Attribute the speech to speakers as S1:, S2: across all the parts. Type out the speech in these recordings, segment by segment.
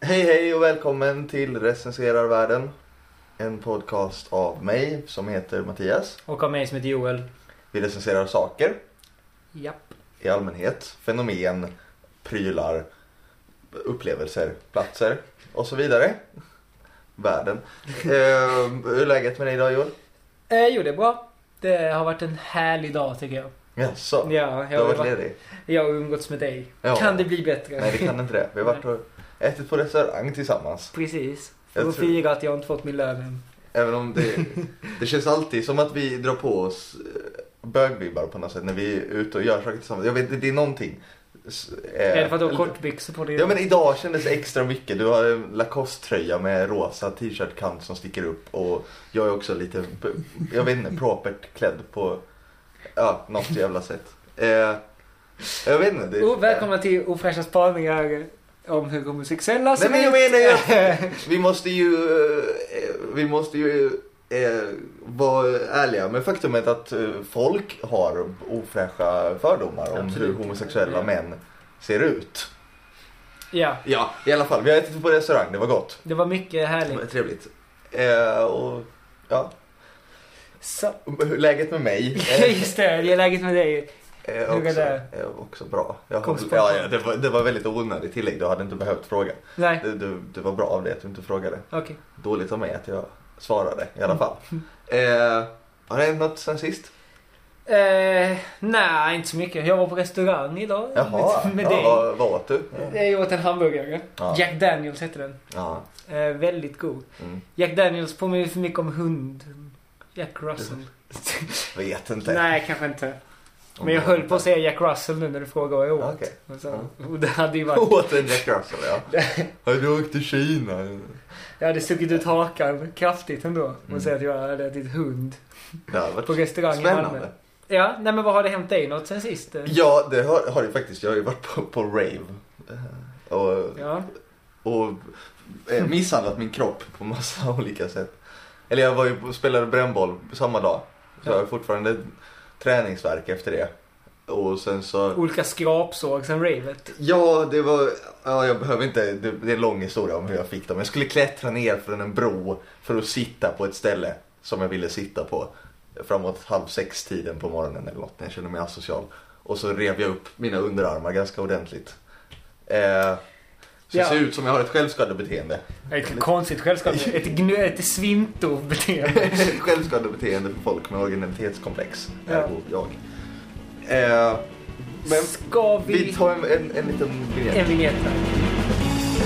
S1: Hej hej och välkommen till Recenserar världen. En podcast av mig som heter Mattias.
S2: Och av mig som heter Joel.
S1: Vi recenserar saker
S2: Japp.
S1: i allmänhet. Fenomen, prylar, upplevelser, platser och så vidare. Världen. Ehm, hur är läget med dig idag Joel?
S2: Eh, jo, det är bra. Det har varit en härlig dag tycker jag.
S1: Jaså?
S2: Ja,
S1: Du
S2: jag,
S1: har
S2: har,
S1: varit
S2: varit-
S1: ledig?
S2: jag har umgåtts med dig.
S1: Ja.
S2: Kan det bli bättre?
S1: Nej det kan inte det. Vi har varit och ätit på restaurang tillsammans.
S2: Precis.
S1: Jag
S2: För att
S1: tror-
S2: fira att jag inte fått min lön än.
S1: Även om det, det känns alltid som att vi drar på oss eh, bögvibbar på något sätt när vi är ute och gör saker tillsammans. Jag vet, det- det är någonting. S- eh,
S2: Är det för att du har kortbyxor på dig?
S1: Ja men idag kändes det extra mycket. Du har en Lacoste-tröja med rosa t-shirt-kant som sticker upp och jag är också lite, p- jag vet inte, propert klädd på ja, något jävla sätt. Eh, jag vet inte. Det,
S2: oh, välkomna till ofräscha spaningar om hur homosexuella
S1: Nej men jag menar ju
S2: ut.
S1: att vi måste ju, eh, vi måste ju eh, vara ärliga med faktumet att eh, folk har ofräscha fördomar om
S2: Absolut.
S1: hur homosexuella
S2: Ja.
S1: män ser ut.
S2: Ja,
S1: Ja, i alla fall. Vi har ätit på restaurang, det var gott.
S2: det var mycket
S1: Det var
S2: härligt.
S1: trevligt. Eh, och, ja.
S2: Så,
S1: Läget med mig eh,
S2: just det, det är läget med dig.
S1: är,
S2: Hur går
S1: också,
S2: det?
S1: är också bra. Jag
S2: Kom
S1: har,
S2: spontant.
S1: ja, ja, det, var, det var väldigt onödigt tillägg, du hade inte behövt fråga.
S2: Nej,
S1: Det, det, det var bra av dig att du inte frågade.
S2: okej. Mm.
S1: Dåligt av mig att jag svarade i alla fall. Eh, har det hänt något sen sist?
S2: Eh, nej, inte så mycket. Jag var på restaurang idag
S1: Jaha,
S2: med, med
S1: ja,
S2: dig.
S1: Vad, vad åt du? Ja.
S2: Jag åt en hamburgare.
S1: Ja.
S2: Jack Daniels hette den.
S1: Ja,
S2: Eh, väldigt god.
S1: mm,
S2: Jack Daniels påminner för mycket om hund. Jack Russell.
S1: vet inte.
S2: Nej, kanske inte. Men jag höll på att säga Jack Russell nu när du frågade vad jag
S1: Ja,
S2: åt.
S1: okej.
S2: Men sen- och det hade ju varit...
S1: Åt en Jack Russell ja. Har du åkt till Kina?
S2: Jag hade stuckit ut hakan kraftigt ändå. Och
S1: Mm.
S2: sagt att jag hade ätit hund.
S1: Det har varit
S2: På restaurang i Malmö.
S1: spännande.
S2: Ja, nej men vad har det hänt dig något sen sist? eh?
S1: Ja, det har, har det faktiskt. Jag har ju varit på, på rave. Eh, Och,
S2: Ja.
S1: och eh, misshandlat min kropp på massa olika sätt. Eller jag var ju på, spelade brännboll samma dag. Så
S2: Ja.
S1: jag har fortfarande träningsvärk efter det. Och sen så...
S2: Olika skrapsåg sen ravet.
S1: Ja, det var... Ja, jag behöver inte... Det, det är en lång historia om hur jag fick dem. Jag skulle klättra ner från en bro för att sitta på ett ställe som jag ville sitta på. Framåt halv sex-tiden på morgonen eller något, när jag kände mig asocial. Och så rev jag upp mina underarmar ganska ordentligt. Eh, så det
S2: Ja.
S1: ser ut som jag har ett självskadebeteende.
S2: Ett konstigt självskap. Ett, gnu- ett svintorbeteende.
S1: Ett självskadebeteende för folk med originalitetskomplex.
S2: Ja.
S1: Ergo jag. Eh, men
S2: Ska vi...
S1: vi tar en, en, en liten
S2: En
S1: vignett.
S2: vignett här.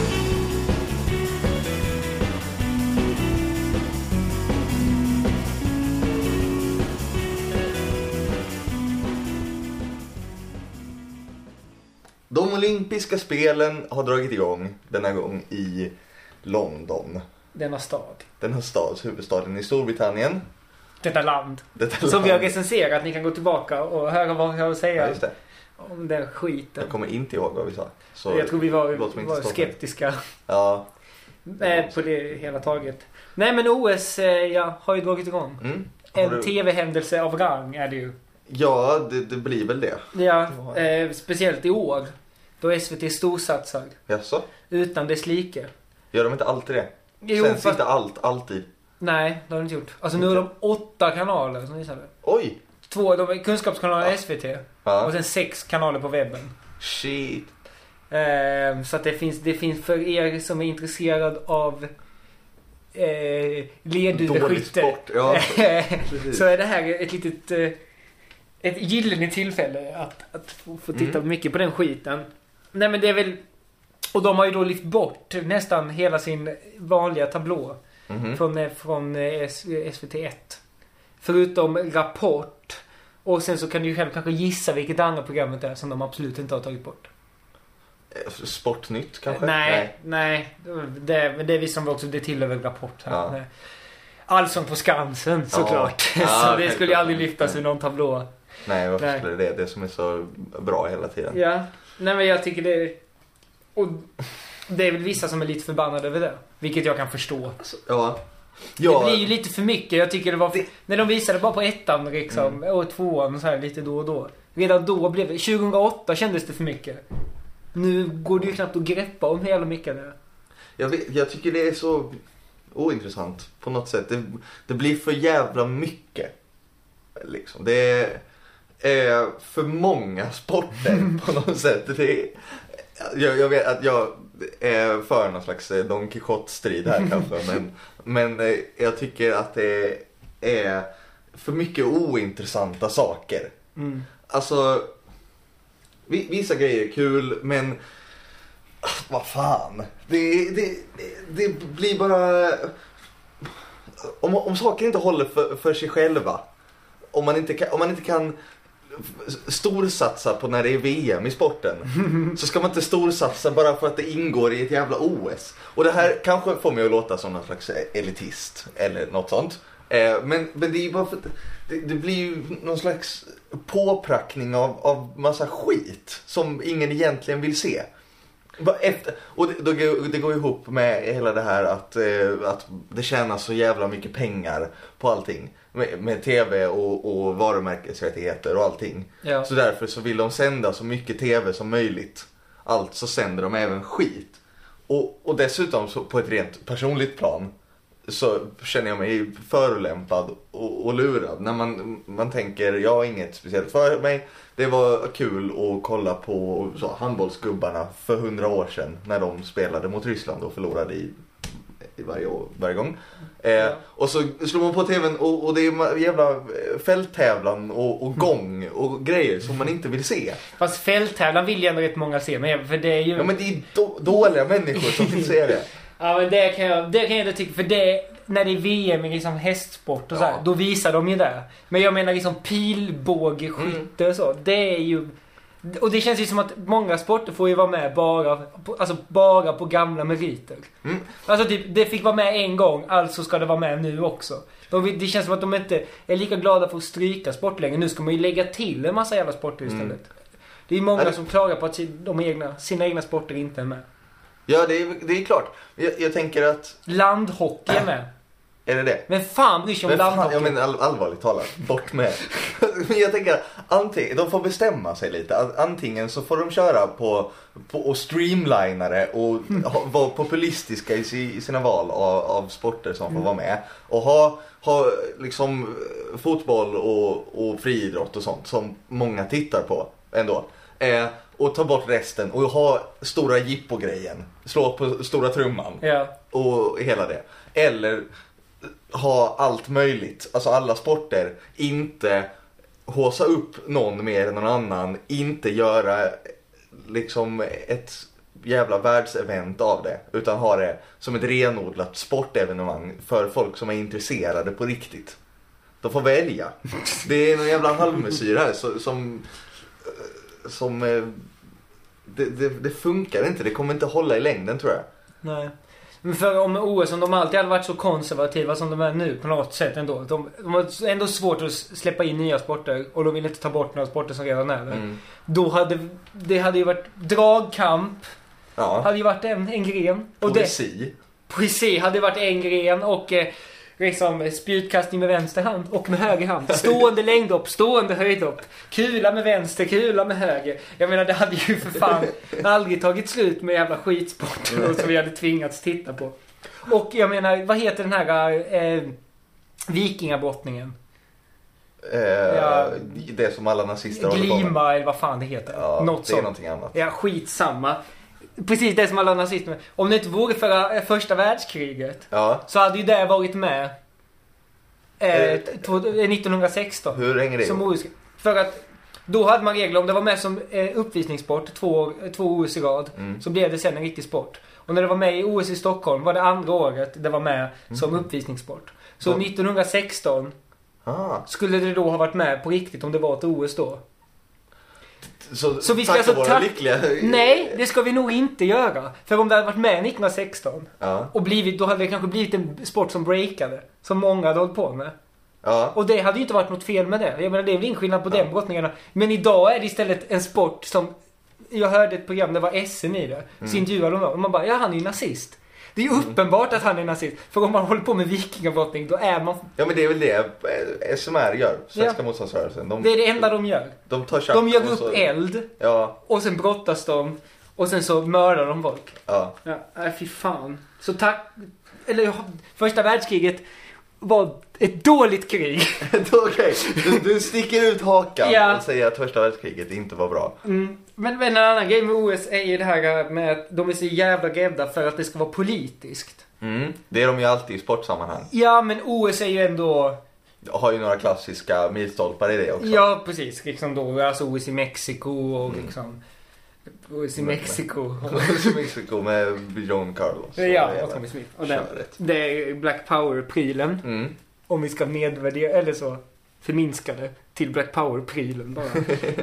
S1: De olympiska spelen har dragit igång denna gång i London.
S2: Denna stad.
S1: Denna stads huvudstaden i Storbritannien.
S2: Detta land.
S1: Detta
S2: Som vi har
S1: land-
S2: recenserat. Ni kan gå tillbaka och höra vad jag har att
S1: Ja,
S2: säga
S1: just det.
S2: om den skiten.
S1: Jag kommer inte ihåg vad vi sa. Så,
S2: Jag tror vi var,
S1: låt mig inte
S2: var
S1: stå för det.
S2: skeptiska
S1: Ja.
S2: eh, på det hela taget. Nej men OS eh, ja, har ju dragit igång.
S1: Mm. Har
S2: En
S1: du-
S2: tv-händelse av rang är det ju.
S1: Ja, det, det blir väl det.
S2: Ja, eh, speciellt i år. Då SVT storsatsar.
S1: Jaså?
S2: Utan dess like.
S1: Gör de inte alltid det?
S2: Jo,
S1: Sänds
S2: fast,
S1: inte allt, alltid?
S2: nej det har de inte gjort. Alltså nu har de åtta kanaler som visar det.
S1: Oj!
S2: Två, de är kunskapskanalen
S1: Ja.
S2: SVT. Och
S1: Ja.
S2: sen sex kanaler på webben.
S1: Shit.
S2: Ehm, så att det finns, det finns för er som är intresserad av eh,
S1: Dålig
S2: leduveskytte.
S1: sport. Ja,
S2: så
S1: precis.
S2: är det här ett litet eh, ett gyllene tillfälle att, att få, få titta
S1: Mm.
S2: mycket på den skiten. Nej men det är väl och de har ju då lyft bort nästan hela sin vanliga tablå
S1: Mhm.
S2: från, eh, från eh, S- SVT1. Förutom Rapport och sen så kan du ju själv kanske gissa vilket andra programmet är som de absolut inte har tagit bort.
S1: Eh, Sportnytt kanske?
S2: Nej, nej. Det, men det visar de också. Det tillhör väl Rapport. Här.
S1: Ja.
S2: Nej. Allsång på Skansen såklart.
S1: Ja,
S2: så det
S1: helt
S2: skulle ju aldrig
S1: klart.
S2: lyftas ur någon tablå.
S1: Nej, varför
S2: Nej.
S1: skulle det? Det som är så bra hela tiden.
S2: Ja. Nej men jag tycker det är... Och det är väl vissa som är lite förbannade över det. Vilket jag kan förstå.
S1: Alltså, ja.
S2: Det
S1: Ja.
S2: blir ju lite för mycket. Jag tycker det var... När de visade bara på ettan liksom,
S1: Mm.
S2: och tvåan så här lite då och då. Redan då blev det... 2008 kändes det för mycket. Nu går det ju knappt att greppa om hur jävla mycket det är.
S1: Jag, vet, jag tycker det är så ointressant på något sätt. Det, det blir för jävla mycket. Liksom. Det är eh, för många sporter på något sätt. Det är, jag, jag vet att jag är för någon slags eh, Don Quijote-strid här kanske. Men, men eh, jag tycker att det är för mycket ointressanta saker.
S2: Mm.
S1: Alltså, vi- vissa grejer är kul men ah, vad fan. Det, det, det blir bara... Om, om saker inte håller för, för sig själva. Om man inte kan, om man inte kan storsatsa på när det är VM i sporten. Så ska man inte storsatsa bara för att det ingår i ett jävla OS. Och det här kanske får mig att låta som någon slags elitist eller något sånt. Eh, Men, men det är ju bara för att det, det blir ju någon slags påprackning av, av massa skit som ingen egentligen vill se. Va- Efter, och det, då går- det går ihop med hela det här att, eh, att det tjänas så jävla mycket pengar på allting. Med, med tv och, och varumärkesrättigheter och allting.
S2: Ja.
S1: Så därför så vill de sända så mycket tv som möjligt. Alltså sänder de även skit. Och, och dessutom så på ett rent personligt plan så känner jag mig förolämpad och, och lurad. När man, man tänker, jag har inget speciellt för mig. Det var kul att kolla på så, handbollsgubbarna för hundra år sedan när de spelade mot Ryssland och förlorade i, i varje, år- varje gång. Eh,
S2: Ja.
S1: Och så slår man på tvn och, och det är ma- jävla eh, fälttävlan och, och gång och grejer som man inte vill se.
S2: Fast fälttävlan vill ju ändå rätt många se. Men för det är ju...
S1: Ja men det är då, dåliga människor som vill se det.
S2: Ja men det kan jag, det kan jag ändå tycka. För det, när det är VM i liksom hästsport och så här,
S1: Ja.
S2: då visar de ju det. Men jag menar liksom pilbågeskytte och så. Det är ju... Och det känns ju som att många sporter får ju vara med bara, på- alltså bara på gamla meriter.
S1: Mm.
S2: Alltså typ, det fick vara med en gång, alltså ska det vara med nu också. De, vill- det känns som att de inte är lika glada för att stryka sport längre. Nu ska man ju lägga till en massa jävla sporter
S1: Mm.
S2: istället. Det är
S1: Ja,
S2: många
S1: det-
S2: som klagar på att si- de egna, sina egna sporter inte är med.
S1: Ja det är, det är klart. Jag, jag tänker att,
S2: Landhockey är med.
S1: är det det?
S2: Men fan bryr sig om
S1: Men fan,
S2: landhockey?
S1: jag menar all, allvarligt talat, bort med Men jag tänker, antingen, de får bestämma sig lite. An- Antingen så får de köra på, på och streamlina det och ha, vara populistiska i, si- i sina val av, av sporter som får vara med. Och ha, ha liksom eh, fotboll och, och friidrott och sånt som många tittar på ändå. Eh, och ta bort resten och ha stora jippogrejen. Slå på stora trumman
S2: Ja.
S1: och hela det. Eller ha allt möjligt, alltså alla sporter. Inte håsa upp någon mer än någon annan. Inte göra liksom ett jävla världsevent av det. Utan ha det som ett renodlat sportevenemang för folk som är intresserade på riktigt. De får välja. Det är någon jävla halvmesyr här så- som... som eh, det, det, det funkar inte. Det kommer inte hålla i längden tror jag.
S2: Nej. Men för om OS, om de alltid hade varit så konservativa som de är nu på något sätt ändå. De, de har ändå svårt att släppa in nya sporter och de vill inte ta bort några sporter som redan är där.
S1: Mm.
S2: Då hade det hade ju varit dragkamp,
S1: Ja.
S2: hade ju varit en, en gren. Och det,
S1: Poesi.
S2: poesi hade varit en gren och eh, liksom spjutkastning med vänster hand och med höger hand. Stående längdhopp, stående höjdhopp. Kula med vänster, kula med höger. Jag menar det hade ju för fan aldrig tagit slut med jävla skitsporter och som vi hade tvingats titta på. Och jag menar, vad heter den här eh, vikingabrottningen?
S1: Eh,
S2: Ja.
S1: Det som alla nazister håller på med.
S2: Glima eller vad fan det heter.
S1: Ja,
S2: Något
S1: det är
S2: sånt.
S1: någonting annat.
S2: Ja, skitsamma. Precis det som alla nazister med. Om det inte vore för eh, första världskriget
S1: Ja.
S2: Så hade ju det varit med eh,
S1: Eh,
S2: t- två- eh, 1916.
S1: Hur hänger det
S2: Som
S1: ihop?
S2: OS. För att då hade man regler om det var med som eh, uppvisningssport två, år- eh, två OS i rad.
S1: Mm.
S2: Så blev det sen en riktig sport. Och när det var med i OS i Stockholm var det andra året det var med som uppvisningssport. Så
S1: Mm. Ja.
S2: 1916
S1: Ah.
S2: skulle det då ha varit med på riktigt om det var ett OS då.
S1: Så,
S2: Så vi ska
S1: tack
S2: alltså
S1: vare
S2: ta-
S1: lyckliga...
S2: Nej, det ska vi nog inte göra. För om det hade varit med 1916
S1: Ja.
S2: och blivit, då hade det kanske blivit en sport som breakade. Som många hade hållit på med.
S1: ja.
S2: Och det hade ju inte varit något fel med det. Jag menar det är väl ingen skillnad på den de brottningarna. Men idag är det istället en sport som... Jag hörde ett program, det var SM i det. Så intervjuade de dem och man bara, ja han är ju nazist. Det är ju uppenbart att han är nazist. För om man håller på med vikingabrottning då är man...
S1: Ja men det är väl det eh, SMR gör, Svenska
S2: Ja.
S1: motståndsrörelsen. De,
S2: Det är det enda de gör.
S1: de tar kött
S2: De gör
S1: och så-
S2: upp eld
S1: Ja.
S2: och sen brottas de. Och sen så mördar de folk.
S1: Ja.
S2: Ja, nej, fy fan. Så tack... Eller ja, första världskriget var ett dåligt krig.
S1: Okej, du, du sticker ut hakan
S2: Ja.
S1: och säger att första världskriget inte var bra.
S2: Mm. Men, men en annan grej med OS är ju det här med att de är så jävla rädda för att det ska vara politiskt.
S1: Mm. Det är de ju alltid i sportsammanhang.
S2: Ja, men OS är ju ändå...
S1: Jag har ju några klassiska milstolpar i det också.
S2: Ja, precis. Liksom då, alltså OS i Mexiko och liksom... OS i
S1: Men-
S2: Mexiko.
S1: Som Mexiko med John Carlos. och
S2: ja,
S1: hela
S2: och Tommy Smith. Och den,
S1: köret.
S2: det är Black Power-prylen.
S1: Mm.
S2: Om vi ska nedvärdera, eller så förminska det till Black Power-prylen bara.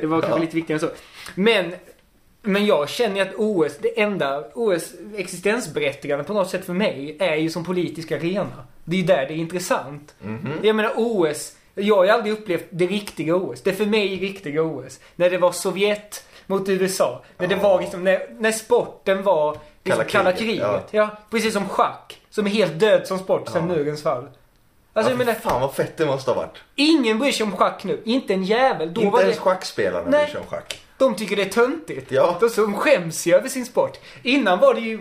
S2: Det var kanske
S1: Ja.
S2: lite viktigare än så. Men, men jag känner ju att OS, det enda OS existensberättigande på något sätt för mig är ju som politisk arena. Det är ju där det är intressant.
S1: Mhm.
S2: Jag menar OS, jag har ju aldrig upplevt det riktiga OS. Det för mig riktiga OS. När det var Sovjet mot USA. När det
S1: Ja.
S2: var liksom, när, när sporten var liksom,
S1: Kalla
S2: kalla kriget.
S1: kriget,
S2: Ja. precis som schack. Som är helt död som sport sedan
S1: Ja.
S2: murens fall.
S1: Alltså,
S2: Alltså jag menar,
S1: fan vad fett det måste ha varit.
S2: ingen bryr sig om schack nu. Inte en jävel. Då
S1: inte
S2: var
S1: ens
S2: det,
S1: schackspelarna
S2: Nej.
S1: bryr sig om schack.
S2: de tycker det är töntigt.
S1: Ja.
S2: De som skäms ju över sin sport. Innan var det ju,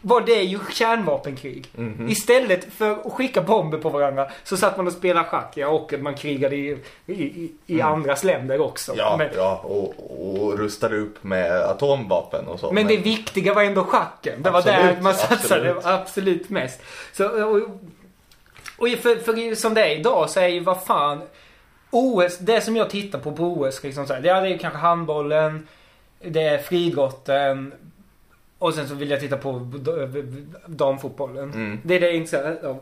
S2: var det ju kärnvapenkrig.
S1: Mhm.
S2: Istället för att skicka bomber på varandra så satt man och spelade schack. Ja, och man krigade i, i, i i andras länder också.
S1: Mm. Ja,
S2: men,
S1: ja och, och rustade upp med atomvapen och så.
S2: men det viktiga var ändå schacken. Det var
S1: Absolut,
S2: där man satsade
S1: absolut.
S2: absolut, mest. Så, och och för, för som det är idag så är ju vad fan. OS, det som jag tittar på på OS, liksom så här, ja, det är kanske handbollen, det är friidrotten och sen så vill jag titta på d- damfotbollen.
S1: Mm.
S2: Det är det jag är intresserad av.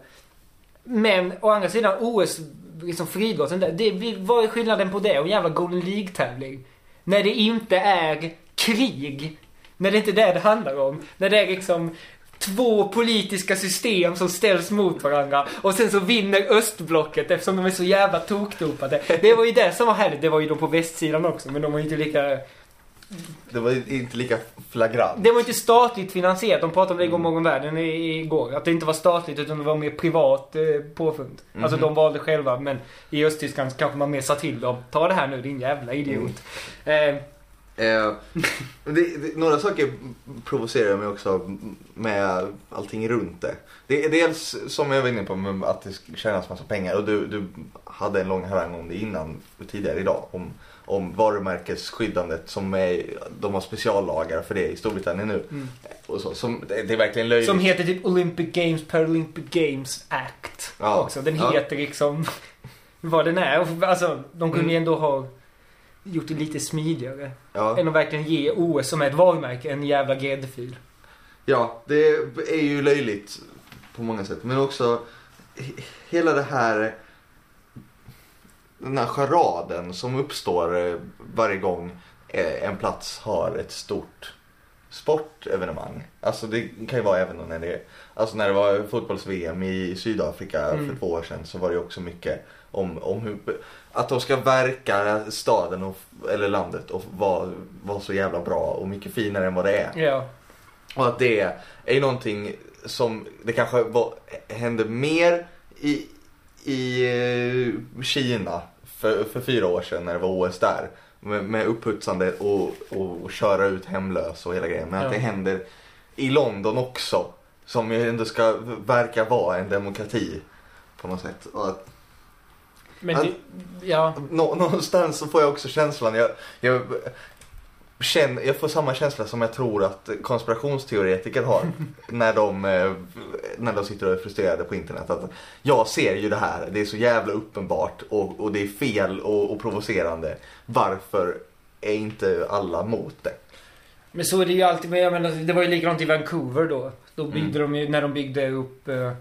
S2: Men å andra sidan OS, liksom friidrotten där. Det, vi- vad är skillnaden på det och jävla Golden League-tävling? När det inte är krig. När det inte är det det handlar om. När det är liksom två politiska system som ställs mot varandra. Och sen så vinner östblocket eftersom de är så jävla tokdopade. Det var ju det som var härligt. Det var ju de på västsidan också men de var ju inte lika...
S1: Det var ju inte lika flagrant.
S2: Det var inte statligt finansierat. De pratade om det i Godmorgon Världen i- igår. Att det inte var statligt utan det var mer privat eh, påfund. Alltså
S1: Mhm.
S2: de valde själva men i Östtyskland så kanske man mer sa till dem. Ta det här nu din
S1: Mm.
S2: jävla idiot. Eh,
S1: Eh, men det, det, några saker provocerar mig också med allting runt det. Det är dels som jag var inne på med att det tjänas massa pengar och du, du hade en lång harang om det innan tidigare idag. Om, om varumärkesskyddandet som är, de har speciallagar för det i Storbritannien nu.
S2: mm.
S1: Och så, som, det, det är verkligen löjligt.
S2: Som heter typ Olympic Games Paralympic Games Act.
S1: Ja.
S2: Också. Den
S1: Ja.
S2: heter liksom vad den är. Och Alltså de kunde ju
S1: Mm.
S2: ändå ha gjort det lite smidigare.
S1: ja.
S2: Än att verkligen ge OS som är ett varumärke en jävla gräddfil.
S1: Ja, det är ju löjligt på många sätt. Men också he- hela det här... Den här charaden som uppstår eh, varje gång eh, en plats har ett stort sportevenemang. Alltså det kan ju vara även då när det... Alltså när det var fotbolls-VM i Sydafrika för
S2: Mm.
S1: två år sedan så var det ju också mycket om, om hur... Att de ska verka eh, staden och, eller landet och vara vara så jävla bra och mycket finare än vad det är.
S2: Ja.
S1: Och att det är ju någonting som det kanske var, hände mer i, i eh, Kina för, för fyra år sedan när det var OS där. Med, med upphutsande och, och, köra ut hemlös och hela grejen. Men att det
S2: Ja.
S1: händer i London också. Som ju ändå ska verka vara en demokrati på något sätt. Och att
S2: Men
S1: Att-
S2: det, ja.
S1: Nå- någonstans så får jag också känslan, jag, jag, känner, jag får samma känsla som jag tror att konspirationsteoretiker har när de, eh, när de sitter och är frustrerade på internet. Att jag ser ju det här, det är så jävla uppenbart och, och det är fel och, och provocerande. Varför är inte alla mot det?
S2: Men så är det ju alltid. Men jag menar, det var ju likadant i Vancouver då. Då byggde de ju, när de byggde upp eh,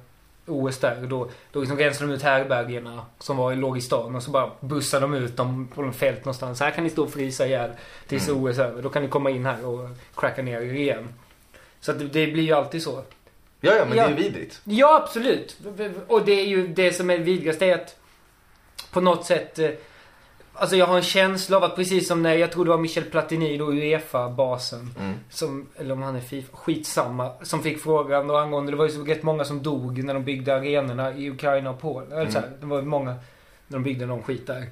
S2: OS där. Då, då liksom rensade de ut härbärgena som var, låg i stan. Och så bara bussade de ut dem på en fält någonstans. Här kan ni stå och frysa ihjäl tills
S1: Mm.
S2: OS är över. Då kan ni komma in här och cracka ner er igen. Så att det, det blir ju alltid så.
S1: Ja, ja men
S2: Ja.
S1: det är vidrigt.
S2: Ja, absolut. Och det är ju det som är det vidrigaste är att på något sätt... eh, Alltså jag har en känsla av att precis som när jag tror det var Michel Platini, då Uefa-basen.
S1: Mm.
S2: Som, eller om han är FIFA, skitsamma. Som fick frågan då angående, det var ju så rätt många som dog när de byggde arenorna i Ukraina och Polen. Eller så här, det var ju många när de byggde någon skit där.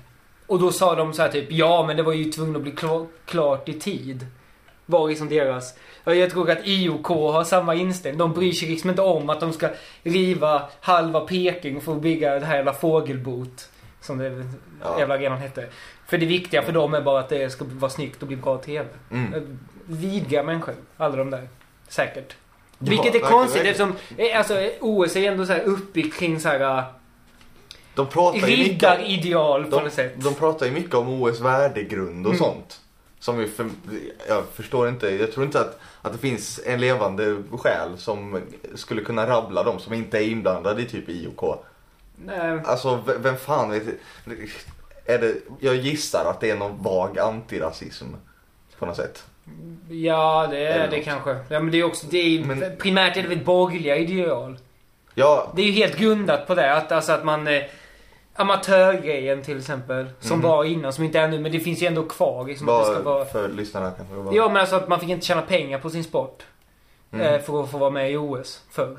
S2: Och då sa de så här typ, ja men det var ju tvungen att bli kla- klart i tid. var liksom deras... Ja, Jag tror att IOK har samma inställning. De bryr sig liksom inte om att de ska riva halva Peking för att bygga det här jävla fågelbot. Som det
S1: Ja.
S2: jävla arenan hette. För det viktiga för dem är bara att det ska vara snyggt och bli bra TV.
S1: Mm.
S2: Vidga människor. Alla de där. Säkert.
S1: Ja,
S2: Vilket är
S1: verkligen,
S2: konstigt
S1: verkligen.
S2: eftersom eh, alltså, eh, OS är ändå så här uppbyggt kring så här eh,
S1: De pratar ju mycket om,
S2: riddarideal på något
S1: de,
S2: sätt.
S1: de pratar ju mycket om OS värdegrund och
S2: Mm.
S1: sånt. Som ju för, jag förstår inte, jag tror inte att, att det finns en levande själ som skulle kunna rabbla dem som inte är inblandade i typ IOK.
S2: Nej.
S1: Alltså v- vem fan vet är det, Jag gissar att det är någon vag antirasism på något sätt.
S2: Ja, det
S1: Eller
S2: är det
S1: något.
S2: kanske. Ja, men det är också, det är,
S1: Men-
S2: primärt är det väl borgerliga ideal.
S1: Ja,
S2: Det är ju helt grundat på det. Att, alltså att man... Eh, amatörgrejen till exempel. Som
S1: Mm.
S2: var innan, som inte är nu. Men det finns ju ändå kvar. Liksom, att det ska
S1: bara
S2: vara...
S1: för lyssnarna kanske. det var-
S2: Ja, men alltså att man fick inte tjäna pengar på sin sport.
S1: Mm.
S2: Eh, för att få vara med i OS förr.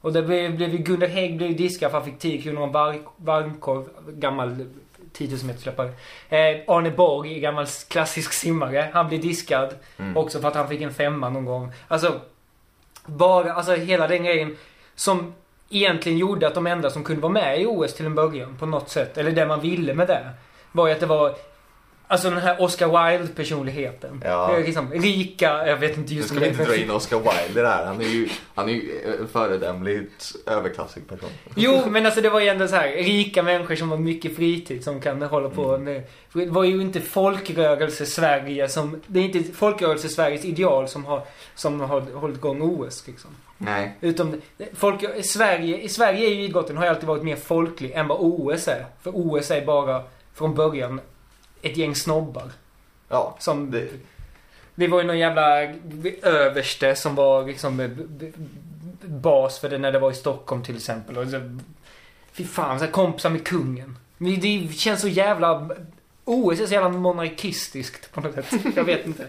S2: Och det blev, blev ju Gunnar Hägg blev ju diskad för han fick 10 kronor om varm, varmkorv. Gammal 10 000 meters löpare. Eh, Arne Borg, gammal klassisk simmare. Han blev diskad.
S1: Mm.
S2: Också för att han fick en femma någon gång. Alltså, bara, alltså hela den grejen som egentligen gjorde att de enda som kunde vara med i OS till en början på något sätt, eller det man ville med det, var ju att det var Alltså den här Oscar Wilde-personligheten.
S1: Ja.
S2: Det är Liksom, rika, jag vet inte
S1: Nu
S2: just
S1: ska vi inte dra in Oscar Wilde i det här. Han är ju, han är ju en föredömligt överklassig person.
S2: Jo, men alltså det var ju ändå så här rika människor som har mycket fritid som kan hålla på med... för Det var ju inte folkrörelse-Sverige som... Det är inte folkrörelse-Sveriges ideal som har, som har hållit igång OS liksom.
S1: Nej.
S2: Utom folk, i Sverige, i Sverige är ju idrotten har ju alltid varit mer folklig än vad OS är. För OS är bara från början ett gäng snobbar.
S1: Ja.
S2: Som, det,
S1: Det-
S2: var ju någon jävla överste som var liksom eh, b- b- bas för det när det var i Stockholm till exempel. Och så, fy fan, så här kompisar med kungen. Men det känns så jävla... OS är så jävla monarkistiskt på något sätt. Jag vet inte.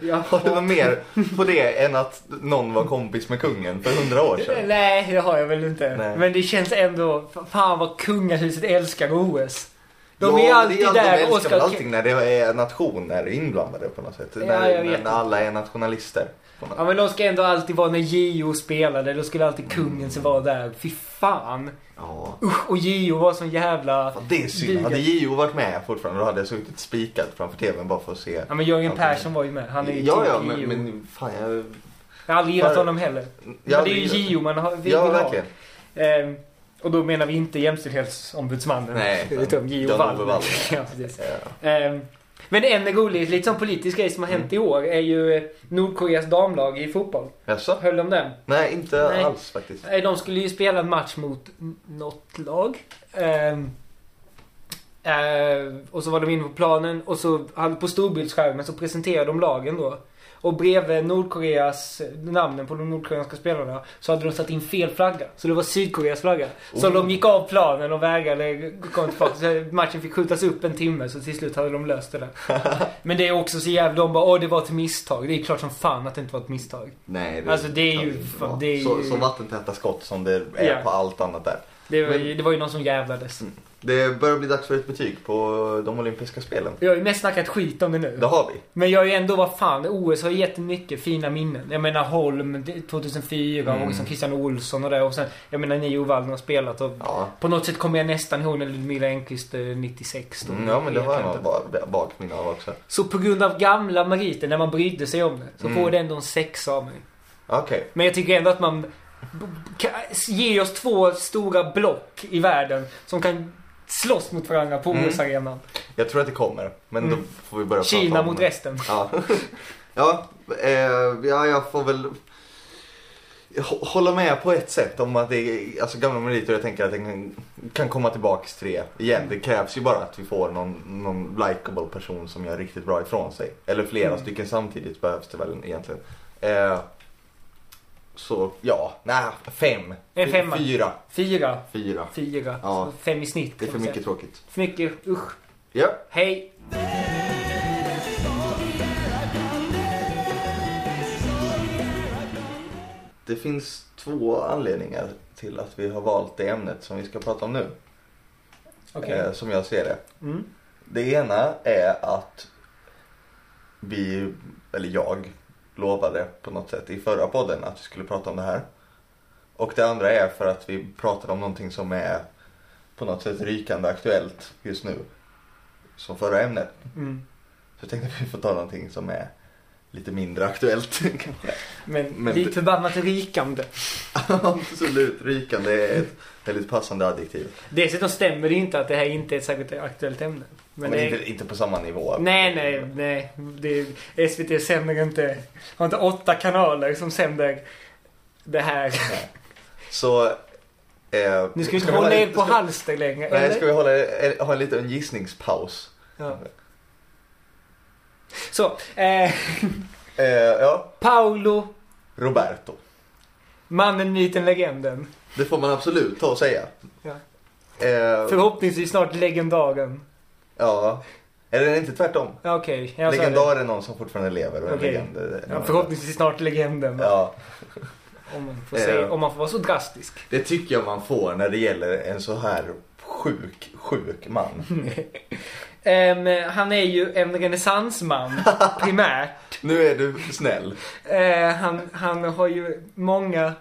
S2: Jag
S1: Har du något mer på det än att någon var kompis med kungen för hundra år sedan?
S2: Nej, det har jag väl inte.
S1: Nej.
S2: Men det känns ändå... Fan vad kungahuset älskar OS. De
S1: Ja,
S2: är
S1: det
S2: alltid
S1: allt-
S2: där.
S1: De älskar
S2: Oscar-
S1: väl allting när det är nationer inblandade på något sätt.
S2: Ja, jag
S1: när,
S2: vet
S1: när alla är nationalister. På något.
S2: Ja men de ska ändå alltid vara när JO spelade. Då skulle alltid
S1: Mm.
S2: kungen se vara där. Fy fan.
S1: Ja.
S2: Usch, och JO var sån jävla...
S1: Fan, det är synd. Hade JO varit med fortfarande då hade jag suttit spikad framför tvn bara för att se.
S2: Ja men Jörgen
S1: Alltid.
S2: Persson var ju med. Han är ju typ
S1: ja,
S2: till
S1: ja,
S2: JO.
S1: men, men fan jag...
S2: Jag har aldrig gillat
S1: För-
S2: honom heller.
S1: jag
S2: men det är ju JO man har, vi
S1: Ja,
S2: vill ha.
S1: verkligen.
S2: Ehm, och då menar vi inte jämställdhetsombudsmannen.
S1: Nej, utan
S2: Utom JO
S1: Jan-Ove
S2: Wallner.
S1: Wallner.
S2: ja, precis.
S1: Ja.
S2: Ehm, Men en rolig, lite sån politisk grej som har
S1: Mm.
S2: hänt i år är ju eh, Nordkoreas damlag i fotboll.
S1: Jaså?
S2: Höll de den?
S1: Nej, inte
S2: Nej.
S1: alls faktiskt.
S2: Eh, De skulle ju spela en match mot n- något lag. Ehm, eh, och så var de inne på planen och så hade- på storbildsskärmen så presenterade de lagen då. Och bredvid Nordkoreas, eh, namnen på de nordkoreanska spelarna så hade de satt in fel flagga. Så det var Sydkoreas flagga. Så
S1: Oh.
S2: de gick av planen och vägrade komma tillbaka. Så matchen fick skjutas upp en timme så till slut hade de löst det där. Men det är också så jävla... De bara åh det var ett misstag. Det är klart som fan att det inte var ett misstag.
S1: Nej,
S2: Alltså, det är ju-
S1: kan inte
S2: fan,
S1: vara.
S2: det är
S1: så,
S2: ju-
S1: så vattentäta skott som det är
S2: Ja.
S1: på allt annat där.
S2: Det var, ju,
S1: Men-
S2: det var ju någon som jävlades.
S1: Det börjar bli dags för ett betyg på de olympiska spelen.
S2: Jag har ju mest snackat skit om det nu.
S1: Det har vi.
S2: Men jag är ju ändå, vad fan, OS har ju jättemycket fina minnen. Jag menar Holm det- 2004 och
S1: Mm.
S2: liksom Christian Olsson och det. Och sen, jag menar ni och Wallner har spelat och
S1: Ja,
S2: på något sätt kommer jag nästan ihåg när Ludmilla Enquist eh, 96 då.
S1: Mm, ja men det har jag
S2: Ekant.
S1: nog va- vagt minne av också.
S2: Så på grund av gamla meriter, när man brydde sig om det, så
S1: Mm.
S2: får det ändå en sexa av mig.
S1: Okej.
S2: Men jag tycker ändå att man b- kan ge oss två stora block i världen som kan slåss mot varandra på
S1: Mm.
S2: OS-arenan.
S1: Jag tror att det kommer. Men då
S2: Mm.
S1: får vi börja prata
S2: Kina
S1: om
S2: mot
S1: det.
S2: resten.
S1: Ja. ja, eh, ja, jag får väl hå- hålla med på ett sätt om att det är, alltså gamla meriter, jag tänker att den kan komma tillbaks till det igen. Det krävs ju bara att vi får någon, någon likable person som gör riktigt bra ifrån sig. Eller flera
S2: Mm.
S1: stycken samtidigt behövs det väl egentligen. Eh, så ja, nej, fem.
S2: En femma.
S1: Fyra.
S2: Fyra.
S1: Fyra.
S2: Fyra.
S1: Ja.
S2: Fem i snitt.
S1: Det är för
S2: kan man
S1: mycket
S2: säga.
S1: tråkigt.
S2: För mycket. Usch.
S1: Ja.
S2: Hej.
S1: Det finns två anledningar till att vi har valt det ämnet som vi ska prata om nu.
S2: Okej.
S1: Eh, som jag ser det.
S2: Mm.
S1: Det ena är att vi, eller jag, lovade på något sätt i förra podden att vi skulle prata om det här. Och det andra är för att vi pratar om någonting som är på något sätt rykande aktuellt just nu. Som förra ämnet.
S2: Mm.
S1: Så tänkte vi få ta någonting som är lite mindre aktuellt.
S2: Men,
S1: Men
S2: lik
S1: det-
S2: förbannat rikande.
S1: Absolut, rykande är ett väldigt passande adjektiv.
S2: Dessutom stämmer det inte att det här inte är ett särskilt aktuellt ämne.
S1: Men,
S2: det...
S1: inte, inte på samma nivå.
S2: Nej, nej, nej. Det, SVT sänder inte... Har inte åtta kanaler som sänder det här.
S1: Så... Eh,
S2: Nu ska vi inte
S1: vi
S2: hålla
S1: ha
S2: er
S1: lite-
S2: på
S1: ska-
S2: halster längre.
S1: Nej,
S2: eller?
S1: ska vi hålla, eh, ha en liten gissningspaus?
S2: Ja. Så, eh,
S1: Eh, ja,
S2: Paolo,
S1: Roberto.
S2: mannen, myten, legenden.
S1: Det får man absolut ta och säga.
S2: Ja.
S1: Eh,
S2: Förhoppningsvis snart legendaren.
S1: ja. Eller är det inte tvärtom?
S2: Ja, Okej, jag sa det.
S1: Legendar är någon som fortfarande lever och en
S2: Okej.
S1: legend är-
S2: Ja, förhoppningsvis snart legenden.
S1: Ja,
S2: Om, man får säga,
S1: Eh.
S2: om man får vara så drastisk.
S1: det tycker jag man får när det gäller en så här sjuk, sjuk
S2: Mm.
S1: man.
S2: Ehm, han är ju en renässansman primärt.
S1: Nu är du snäll.
S2: Eh, han, han har ju många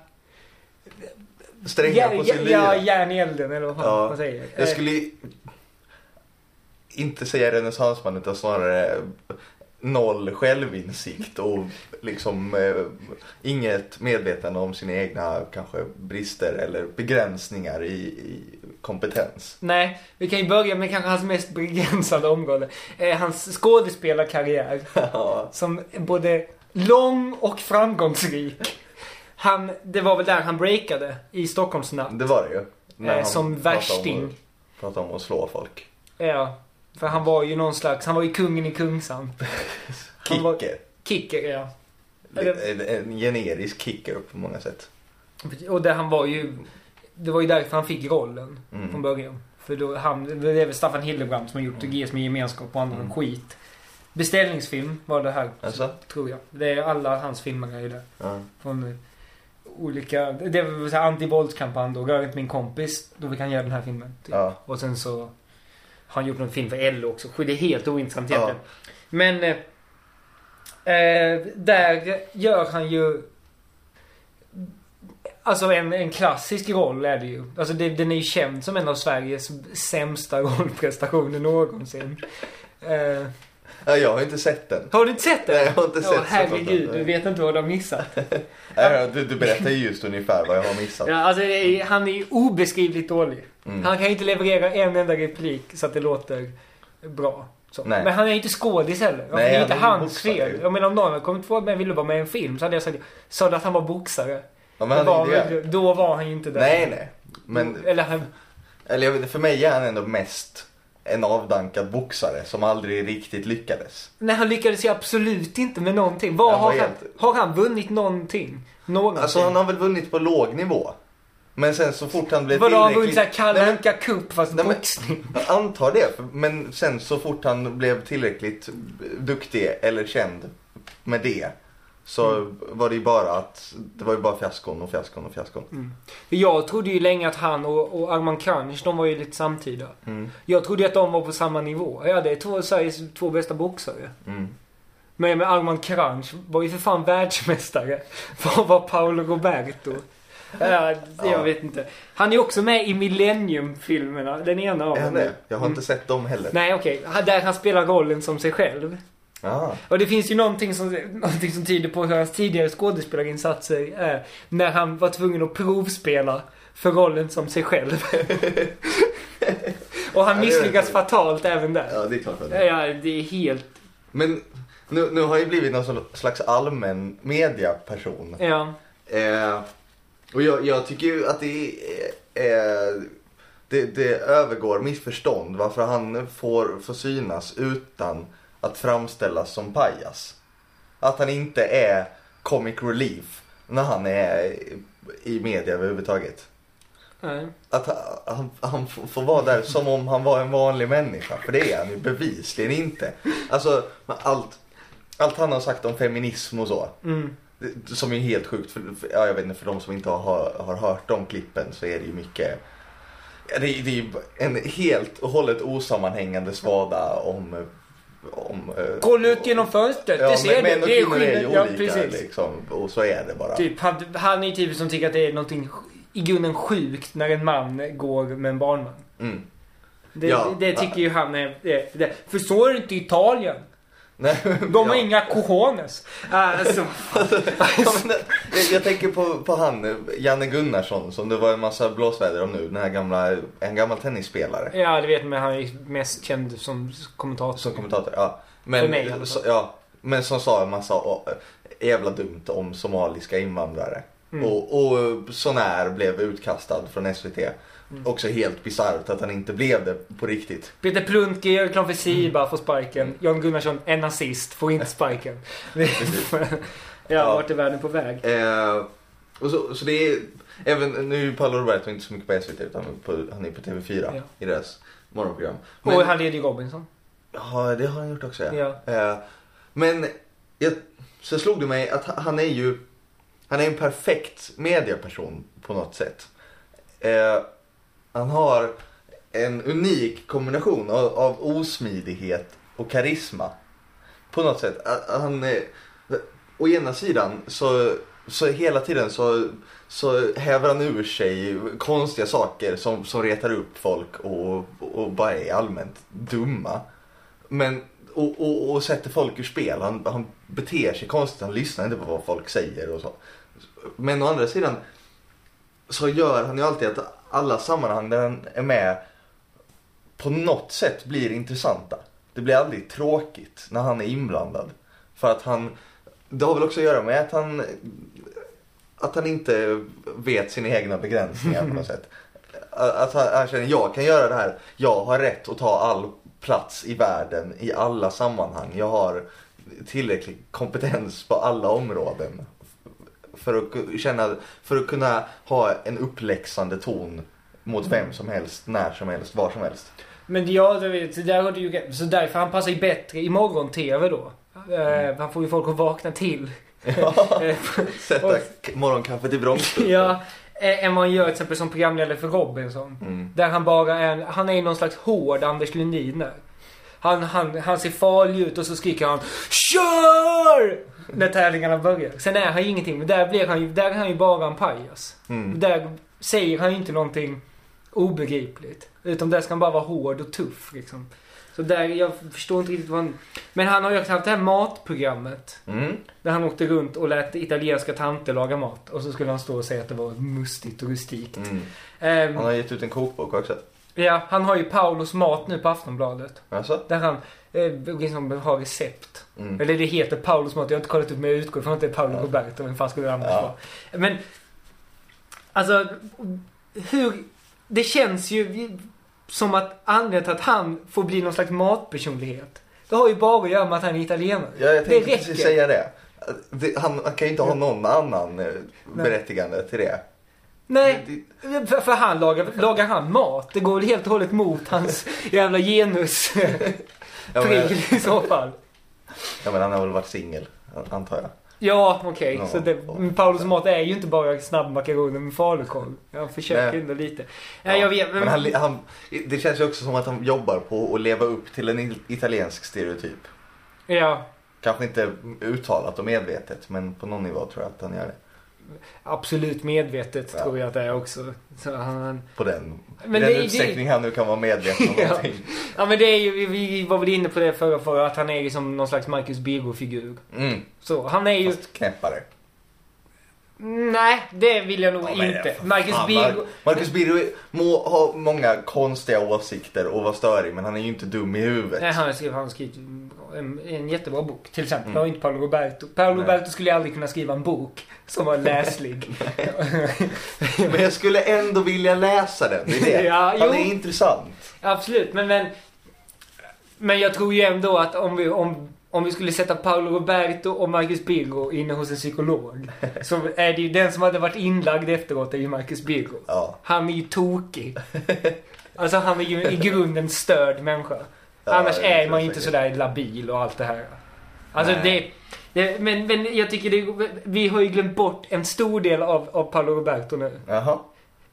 S1: Strängar på
S2: Ja,
S1: sin
S2: ja,
S1: lyra.
S2: järn i elden eller vad fan
S1: Ja.
S2: man säger.
S1: Jag skulle inte säga renässansman utan snarare noll självinsikt och liksom eh, inget medvetande om sina egna kanske brister eller begränsningar i, i kompetens.
S2: Eh, Nej, vi kan ju börja med kanske hans mest begränsade område. Eh, hans skådespelarkarriär.
S1: Ja.
S2: Som är både lång och framgångsrik. Han, det var väl där han breakade i Stockholmsnatt.
S1: Det var det ju. När
S2: Eh,
S1: han
S2: som
S1: pratade om
S2: värsting.
S1: att- Pratade om att slå folk.
S2: Ja, för han var ju någon slags, han var ju kungen i Kungsan. Han var-
S1: Kicker.
S2: Kicker, ja. Eller-
S1: En, en generisk kicker på många sätt.
S2: Och där han var ju, det var ju därför han fick rollen från
S1: Mm.
S2: början. För då han, det är väl Staffan Hildebrand som har gjort GS med gemenskap och andra
S1: Mm.
S2: skit. Beställningsfilm var det här,
S1: Alltså?
S2: tror jag. Det är alla hans filmer är ju där.
S1: Ja.
S2: Från eh, olika, det var så här antivåldskampanj då. Rör inte min kompis, då vi kan göra den här filmen. Typ.
S1: ja.
S2: Och sen så har han gjort någon film för L också. Det är helt ointressant
S1: Ja.
S2: egentligen. Men eh, eh, där gör han ju Alltså en, en klassisk roll är det ju. Alltså det, den är ju känd som en av Sveriges sämsta rollprestationer någonsin. Eh,
S1: ja. Jag har inte sett den.
S2: har du inte sett den?
S1: Nej, jag har inte
S2: Ja,
S1: sett
S2: herregud,
S1: den.
S2: du vet inte vad du har missat.
S1: Nej, Du, du berättar ju just ungefär vad jag har missat.
S2: Ja, alltså, det är- han är ju obeskrivligt dålig.
S1: Mm.
S2: Han kan ju inte leverera en enda replik så att det låter bra. Så.
S1: Nej.
S2: Men han är ju inte skådis heller.
S1: Nej,
S2: det är
S1: han
S2: inte
S1: är ju
S2: hans
S1: boxare
S2: fel.
S1: ju.
S2: Jag menar om någon hade kommit på att jag ville vara med i en film så hade jag sagt sa du att han var boxare.
S1: Ja,
S2: Det
S1: men
S2: var
S1: han är inte
S2: väl- då var han ju inte där.
S1: Nej, nej. Men
S2: Eller han,
S1: eller jag vet inte, för mig är han ändå mest en avdankad boxare som aldrig riktigt lyckades.
S2: nej, han lyckades ju absolut inte med någonting. Vad
S1: Han var
S2: har, han,
S1: helt-
S2: har han vunnit någonting? Någonting?
S1: Alltså han har väl vunnit på låg nivå. Men sen så fort han blev
S2: Vadå, har han vunnit
S1: tillräckligt...
S2: såhär Kalle
S1: Nej, men-
S2: Anka Cup fast
S1: Nej, men-
S2: boxning?
S1: Jag antar det, för- men sen så fort han blev tillräckligt duktig eller känd med det så
S2: Mm.
S1: var det ju bara att det var ju bara fiaskon och fiaskon och fiaskon.
S2: Mm. För jag trodde ju länge att han och, och Armand Crunch, de var ju lite samtida.
S1: Mm.
S2: Jag trodde ju att de var på samma nivå. Ja, det är två Sveriges två bästa boxare.
S1: Mm.
S2: Men, men Armand Crunch var ju för fan världsmästare. Vad var Paolo Roberto? Ja,
S1: Ja.
S2: jag vet inte. Han är ju också med i Millennium-filmerna. Den ena av
S1: Är han
S2: dem.
S1: det? Jag har
S2: Mm.
S1: inte sett dem heller.
S2: Nej, okej. Han- Där han spelar rollen som sig själv.
S1: Ah.
S2: Och det finns ju någonting som, någonting som tyder på hur hans tidigare skådespelarinsatser är. När han var tvungen att provspela för rollen som sig själv. Och han
S1: Ja, det är
S2: misslyckas
S1: det.
S2: fatalt även där.
S1: Ja, det är klart vad det är.
S2: Ja, det är helt...
S1: Men nu, nu har jag ju blivit någon slags allmän mediaperson.
S2: Ja.
S1: Eh, och jag, jag tycker ju att det är... Eh, det, det övergår missförstånd varför han får, får synas utan att framställas som pajas. Att han inte är comic relief när han är i media överhuvudtaget.
S2: Nej.
S1: Att ha- han, han f- får vara där som om han var en vanlig människa. För det är han ju bevisligen inte. Alltså, men allt, allt han har sagt om feminism och så.
S2: Mm.
S1: det- Som är helt sjukt. För, för, ja, jag vet inte, för de som inte har, har hört de klippen så är det ju mycket. Ja, det, är- det är ju en helt och hållet osammanhängande svada om eh, om... eh,
S2: Kolla ut genom fönstret, det ser
S1: men, män
S2: du.
S1: och
S2: Det är
S1: kvinnor är
S2: skillnad.
S1: ju
S2: Ja,
S1: olika
S2: precis.
S1: liksom. Och så är det bara.
S2: Typ, han, han är ju typen som tycker att det är någonting i grunden sjukt när en man går med en barnvagn.
S1: Mm.
S2: Det,
S1: Ja.
S2: det, det tycker ju han är... Det, det. För så är det inte i Italien.
S1: Nej,
S2: De har inga cojones. Alltså,
S1: Ja, men det- jag, jag tänker på, på han, eh, Janne Gunnarsson, som det var en massa blåsväder om nu. Den här gamla, en gammal tennisspelare.
S2: ja, du vet, men han är ju mest känd som kommentator.
S1: Som kommentator, ja.
S2: För mig i alla fall.
S1: Men, så, ja, men som sa en massa å- jävla dumt om somaliska invandrare.
S2: Mm.
S1: Och, och sån här blev utkastad från SVT.
S2: Mm.
S1: Också helt bisarrt att han inte blev det på riktigt.
S2: Peter Plundke gör reklam för
S1: Mm.
S2: Siba, får sparken. Jan Gunnarsson, en nazist, får inte sparken. ja,
S1: Ja.
S2: vart är världen på väg?
S1: Eh, och så, så det är, även, nu är ju Paolo Roberto inte så mycket på SVT utan på, han är på TV4
S2: Ja.
S1: i deras morgonprogram.
S2: Och
S1: Men-
S2: han leder ju Robinson.
S1: Ja, det har han gjort också. Ja.
S2: Ja.
S1: Eh, men jag, så slog det mig att han är ju han är en perfekt medieperson på något sätt. Eh, han har en unik kombination av, av osmidighet och karisma. På något sätt. Att- att Han, eh, å ena sidan så, så hela tiden så, så häver han ur sig konstiga saker som, som retar upp folk och, och bara är allmänt dumma. Men, och, och, och sätter folk ur spel. Han, han beter sig konstigt, han lyssnar inte på vad folk säger och så. Men å andra sidan så gör han ju alltid att alla sammanhang där han är med på något sätt blir intressanta. Det blir aldrig tråkigt när han är inblandad. För att han, det har väl också att göra med att han, att han inte vet sina egna begränsningar på något sätt. Att han, han känner, jag kan göra det här, jag har rätt att ta all plats i världen i alla sammanhang. Jag har tillräcklig kompetens på alla områden. För att, ku- känna, för att kunna ha en uppläxande ton mot vem som helst, när som helst, var som helst.
S2: Men ja, du vet, så där har du ju rätt. Så därför han passar ju bättre i morgon-tv då. Eh, han får ju folk att vakna till. Eh,
S1: Sätta k- morgonkaffet i vrångstrupen.
S2: ja, eh, än vad han gör till exempel som programledare för Robinson.
S1: Mm.
S2: Där han bara är, en- han är någon slags hård Anders Lundin där. Han, han, han ser farlig ut och så skriker han KÖR! När tävlingarna börjar. Sen är han ju ingenting. Men där, blir han, ju- där är han ju bara en pajas.
S1: Mm.
S2: Där säger han ju inte någonting obegripligt. Utan där ska han bara vara hård och tuff liksom. Så där, jag förstår inte riktigt vad han... Men han har ju också haft det här matprogrammet.
S1: Mm.
S2: Där han åkte runt och lät italienska tanter laga mat. Och så skulle han stå och säga att det var mustigt och rustikt.
S1: Mm.
S2: Ehm,
S1: Han har gett ut en kokbok också.
S2: Ja, han har ju Paulos mat nu på Aftonbladet.
S1: Alltså?
S2: Där han eh, liksom har recept.
S1: Mm.
S2: Eller det heter Paulos mat, jag har inte kollat upp men jag utgår från att det är Paolo
S1: Ja.
S2: Roberto. Vem fan skulle det annars
S1: Ja.
S2: vara? Men... Alltså, hur... Det känns ju som att anledningen till att han får bli någon slags matpersonlighet. Det har ju bara att göra med att han är italienare.
S1: Ja, jag tänkte
S2: det
S1: precis säga det. det han, han kan ju inte ha någon annan eh, berättigande till det.
S2: Nej,
S1: Det-
S2: för, för han lagar, lagar han mat. Det går väl helt och hållet mot hans jävla genus.
S1: Ja, men,
S2: i så fall.
S1: ja, men han har väl varit singel, an- antar jag.
S2: Ja, okej.
S1: Ja,
S2: så det,
S1: ja.
S2: men Paulus mat är ju inte bara snabbmakaroner med falukorv. Jag försöker
S1: Nej.
S2: ändå lite. Nej, jag vet. Men,
S1: Men han, han, det känns ju också som att han jobbar på att leva upp till en il- italiensk stereotyp.
S2: Ja,
S1: Kanske inte uttalat och medvetet, men på någon nivå tror jag att han gör det.
S2: absolut medvetet
S1: Ja.
S2: tror jag att det är också. Så han,
S1: På den,
S2: Men
S1: i den
S2: det- det-
S1: utsträckning han nu kan vara medveten om
S2: Ja.
S1: någonting.
S2: ja, men det är ju, vi- vi var väl inne på det förra, förra att han är ju som någon slags Marcus Birro-figur.
S1: Mm,
S2: Så, han är ju...
S1: fast knäppare.
S2: Nej, det vill jag nog
S1: Ja, men
S2: inte.
S1: för
S2: Marcus
S1: fan,
S2: Birro...
S1: Mar- Marcus Birro må ha många konstiga åsikter och vara störig men han är ju inte dum i huvudet.
S2: Nej, han har skrivit, han har skrivit en, en jättebra bok. Till exempel.
S1: Mm.
S2: Det har inte Paolo Roberto. Paolo
S1: Nej.
S2: Roberto skulle ju aldrig kunna skriva en bok som var läslig.
S1: Men jag skulle ändå vilja läsa den. Det är det.
S2: Ja,
S1: han
S2: jo.
S1: är intressant.
S2: Absolut, men, men, men jag tror ju ändå att om vi, om, om vi skulle sätta Paolo Roberto och Marcus Birro inne hos en psykolog så är det ju den som hade varit inlagd efteråt är ju Marcus Birro.
S1: Ja.
S2: Han är ju tokig. Alltså han är ju i grunden störd människa.
S1: Ja,
S2: Annars
S1: det
S2: är
S1: tror
S2: man
S1: jag
S2: ju inte
S1: säkert.
S2: sådär labil och allt det här. Alltså det,
S1: Nej.
S2: det men, men jag tycker det, vi har ju glömt bort en stor del av, av Paolo Roberto nu.
S1: Jaha.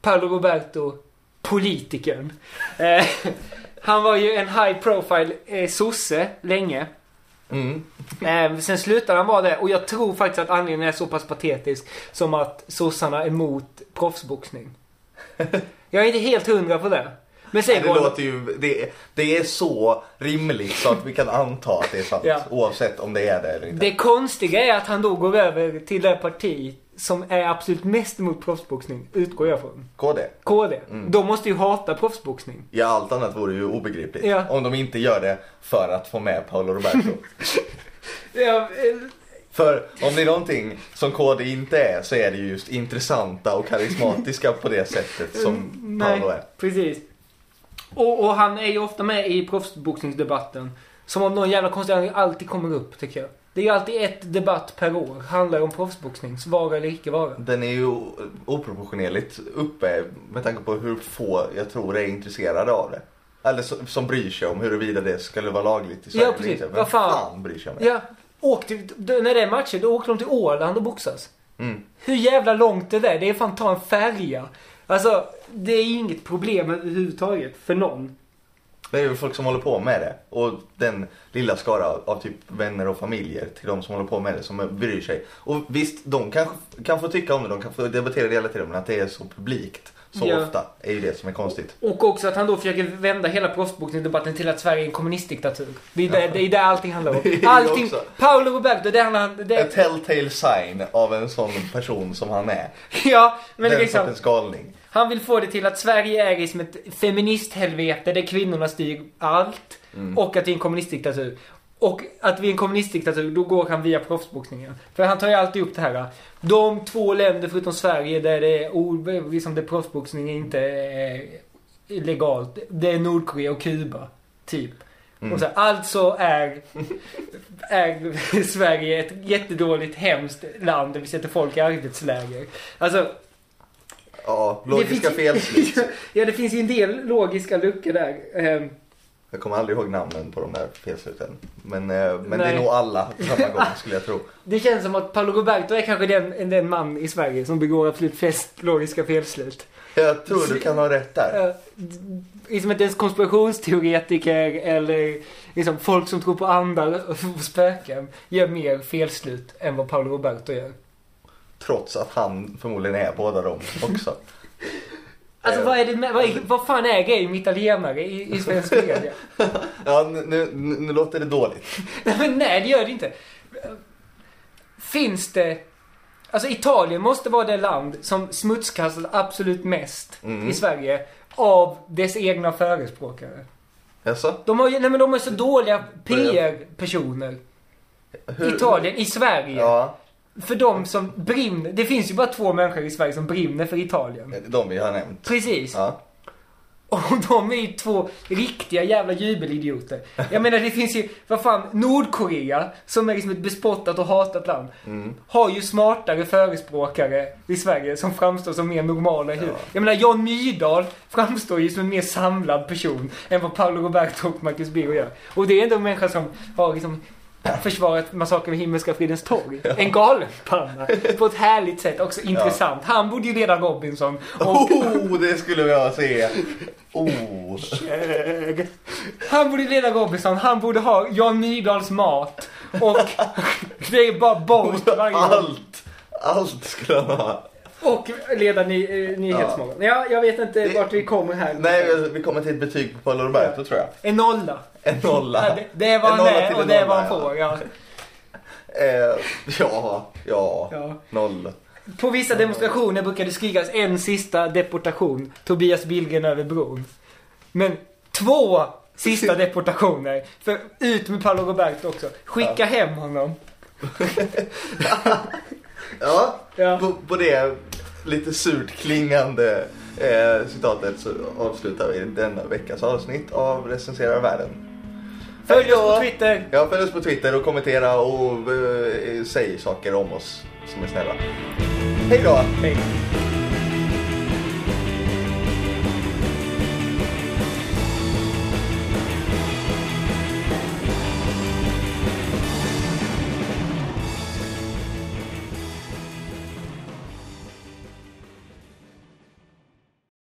S2: Paolo Roberto, politikern. Eh, Han var ju en high profile eh, sosse länge.
S1: Mm.
S2: Eh, sen slutade han vara det och jag tror faktiskt att anledningen är så pass patetisk som att sossarna är emot proffsboxning. Jag är inte helt hundra på det. Men säg
S1: Det
S2: Ronald,
S1: låter ju, det, det är så rimligt så att vi kan anta att det är sant.
S2: Ja.
S1: Oavsett om det är det eller inte.
S2: det konstiga är att han då går över till det parti som är absolut mest emot proffsboxning, utgår jag från.
S1: KD.
S2: KD.
S1: Mm.
S2: De måste ju hata proffsboxning.
S1: Ja, allt annat vore ju obegripligt.
S2: Ja.
S1: Om de inte gör det för att få med Paolo Roberto.
S2: Ja, eh,
S1: för om det är någonting som KD inte är så är det ju just intressanta och karismatiska på det sättet som Paolo är.
S2: precis. Och, och han är ju ofta med i proffsboxningsdebatten. Som om någon jävla konstig anledning alltid kommer upp, tycker jag. Det är ju alltid ett debatt per år. Handlar om proffsboxnings vara eller icke vara.
S1: Den är ju oproportionerligt uppe med tanke på hur få jag tror är intresserade av det. Eller som, som bryr sig om huruvida det skulle vara lagligt i Sverige. eller
S2: precis.
S1: inte. Vem
S2: Vad fan?
S1: fan bryr sig om det?
S2: Ja, åk till, d- när det är matcher, då åker de till Åland och boxas.
S1: Mm.
S2: Hur jävla långt det där? Det är fan ta en färja. Alltså, det är ju inget problem överhuvudtaget för någon.
S1: Det är ju folk som håller på med det. Och den lilla skara av typ vänner och familjer till de som håller på med det som bryr sig. Och visst, de kanske kan få tycka om det, de kan få debattera det hela tiden. Men att det är så publikt så
S2: Ja.
S1: ofta är ju det som är konstigt.
S2: Och också att han då försöker vända hela proffsboxningsdebatten till att Sverige är en kommunistdiktatur. Det är där, det är där allting handlar om.
S1: Det är det
S2: Allting,
S1: också.
S2: Paolo Roberto, det handlar...
S1: A
S2: Det,
S1: telltale sign av en sån person som han är.
S2: ja, men
S1: den
S2: liksom.
S1: sortens galning.
S2: Han vill få det till att Sverige är som ett feministhelvete där kvinnorna styr allt.
S1: Mm.
S2: Och att vi är en kommunistdiktatur. Och att vi är en kommunistdiktatur, då går han via proffsboxningen. För han tar ju alltid upp det här. De två länder förutom Sverige där det är o- liksom där proffsboxning inte är legalt. Det är Nordkorea och Kuba. Typ.
S1: Mm.
S2: Och så här, alltså är, är Sverige ett jättedåligt hemskt land där vi sätter folk i arbetsläger. Alltså
S1: Ja, logiska
S2: det
S1: felslut.
S2: ja, det finns ju en del logiska luckor där. Ehm,
S1: Jag kommer aldrig ihåg namnen på de där felsluten. Men, eh, men det
S2: Nej.
S1: är nog alla på samma gång skulle jag tro.
S2: Det känns som att Paolo Roberto är kanske den, den man i Sverige som begår absolut flest logiska felslut.
S1: Jag tror du kan ha rätt där.
S2: Eh, liksom inte ens konspirationsteoretiker eller liksom folk som tror på andar och spöken gör mer felslut än vad Paolo Roberto gör.
S1: Trots att han förmodligen är båda dem också.
S2: Alltså
S1: Eh.
S2: vad är det med, vad, är, vad fan är grejen med italienare i, i svensk media?
S1: Ja, nu, nu, nu låter det dåligt.
S2: Nej, men nej, det gör det inte. Finns det... Alltså Italien måste vvara det land som smutskastas absolut mest
S1: Mm.
S2: i Sverige av dess egna förespråkare.
S1: Jaså?
S2: De har ju, nej men de är så dåliga
S1: Börja.
S2: PR-personer.
S1: Hur-
S2: Italien, i Sverige.
S1: Ja,
S2: För de som brinner. Det finns ju bara två människor i Sverige som brinner för Italien.
S1: de vi har nämnt.
S2: Precis.
S1: Ja.
S2: Och de är ju två riktiga jävla jubelidioter. Jag menar det finns ju, vad fan, Nordkorea som är liksom ett bespottat och hatat land. Har ju smartare förespråkare i Sverige som framstår som mer normala i huvudet.
S1: Ja.
S2: Jag menar Jan Myrdal framstår ju som en mer samlad person än vad Paolo Roberto och Marcus Birro gör. Och det är ändå en människa som har liksom försvarat massakern vid Himmelska fridens torg. En galenpanna. På ett härligt sätt, också intressant. Han borde ju leda Robinson. Och
S1: Oh, det skulle jag se! Oh.
S2: Jäg. Han borde leda Robinson, han borde ha Jan Myrdals mat. Och det är bara bolt varje gång.
S1: Allt! Allt skulle han ha.
S2: Och leda ny, eh, Nyhetsmorgon. Ja. jag vet inte
S1: Det-
S2: vart vi kommer här.
S1: Nej, vi kommer till ett betyg på Paolo Roberto tror jag.
S2: En nolla.
S1: En
S2: Ja,
S1: nolla.
S2: det, det är vad
S1: En
S2: han
S1: nolla
S2: är
S1: till
S2: och
S1: en
S2: det är vad
S1: nolla, ja.
S2: han får. Ja.
S1: Eh, ja, ja,
S2: Ja.
S1: noll.
S2: På vissa demonstrationer brukar det skrikas en sista deportation. Tobias Billgren över bron. Men två sista deportationer. För ut med Paolo Roberto också. Skicka hem honom.
S1: Ja,
S2: Ja.
S1: På, på det lite surt klingande eh, citatet så avslutar vi denna veckas avsnitt av Recensera världen.
S2: Följ oss
S1: Hejdå.
S2: på Twitter.
S1: Ja, följ oss på Twitter och kommentera och eh, säg saker om oss som är snälla. Hej då!
S2: Hej.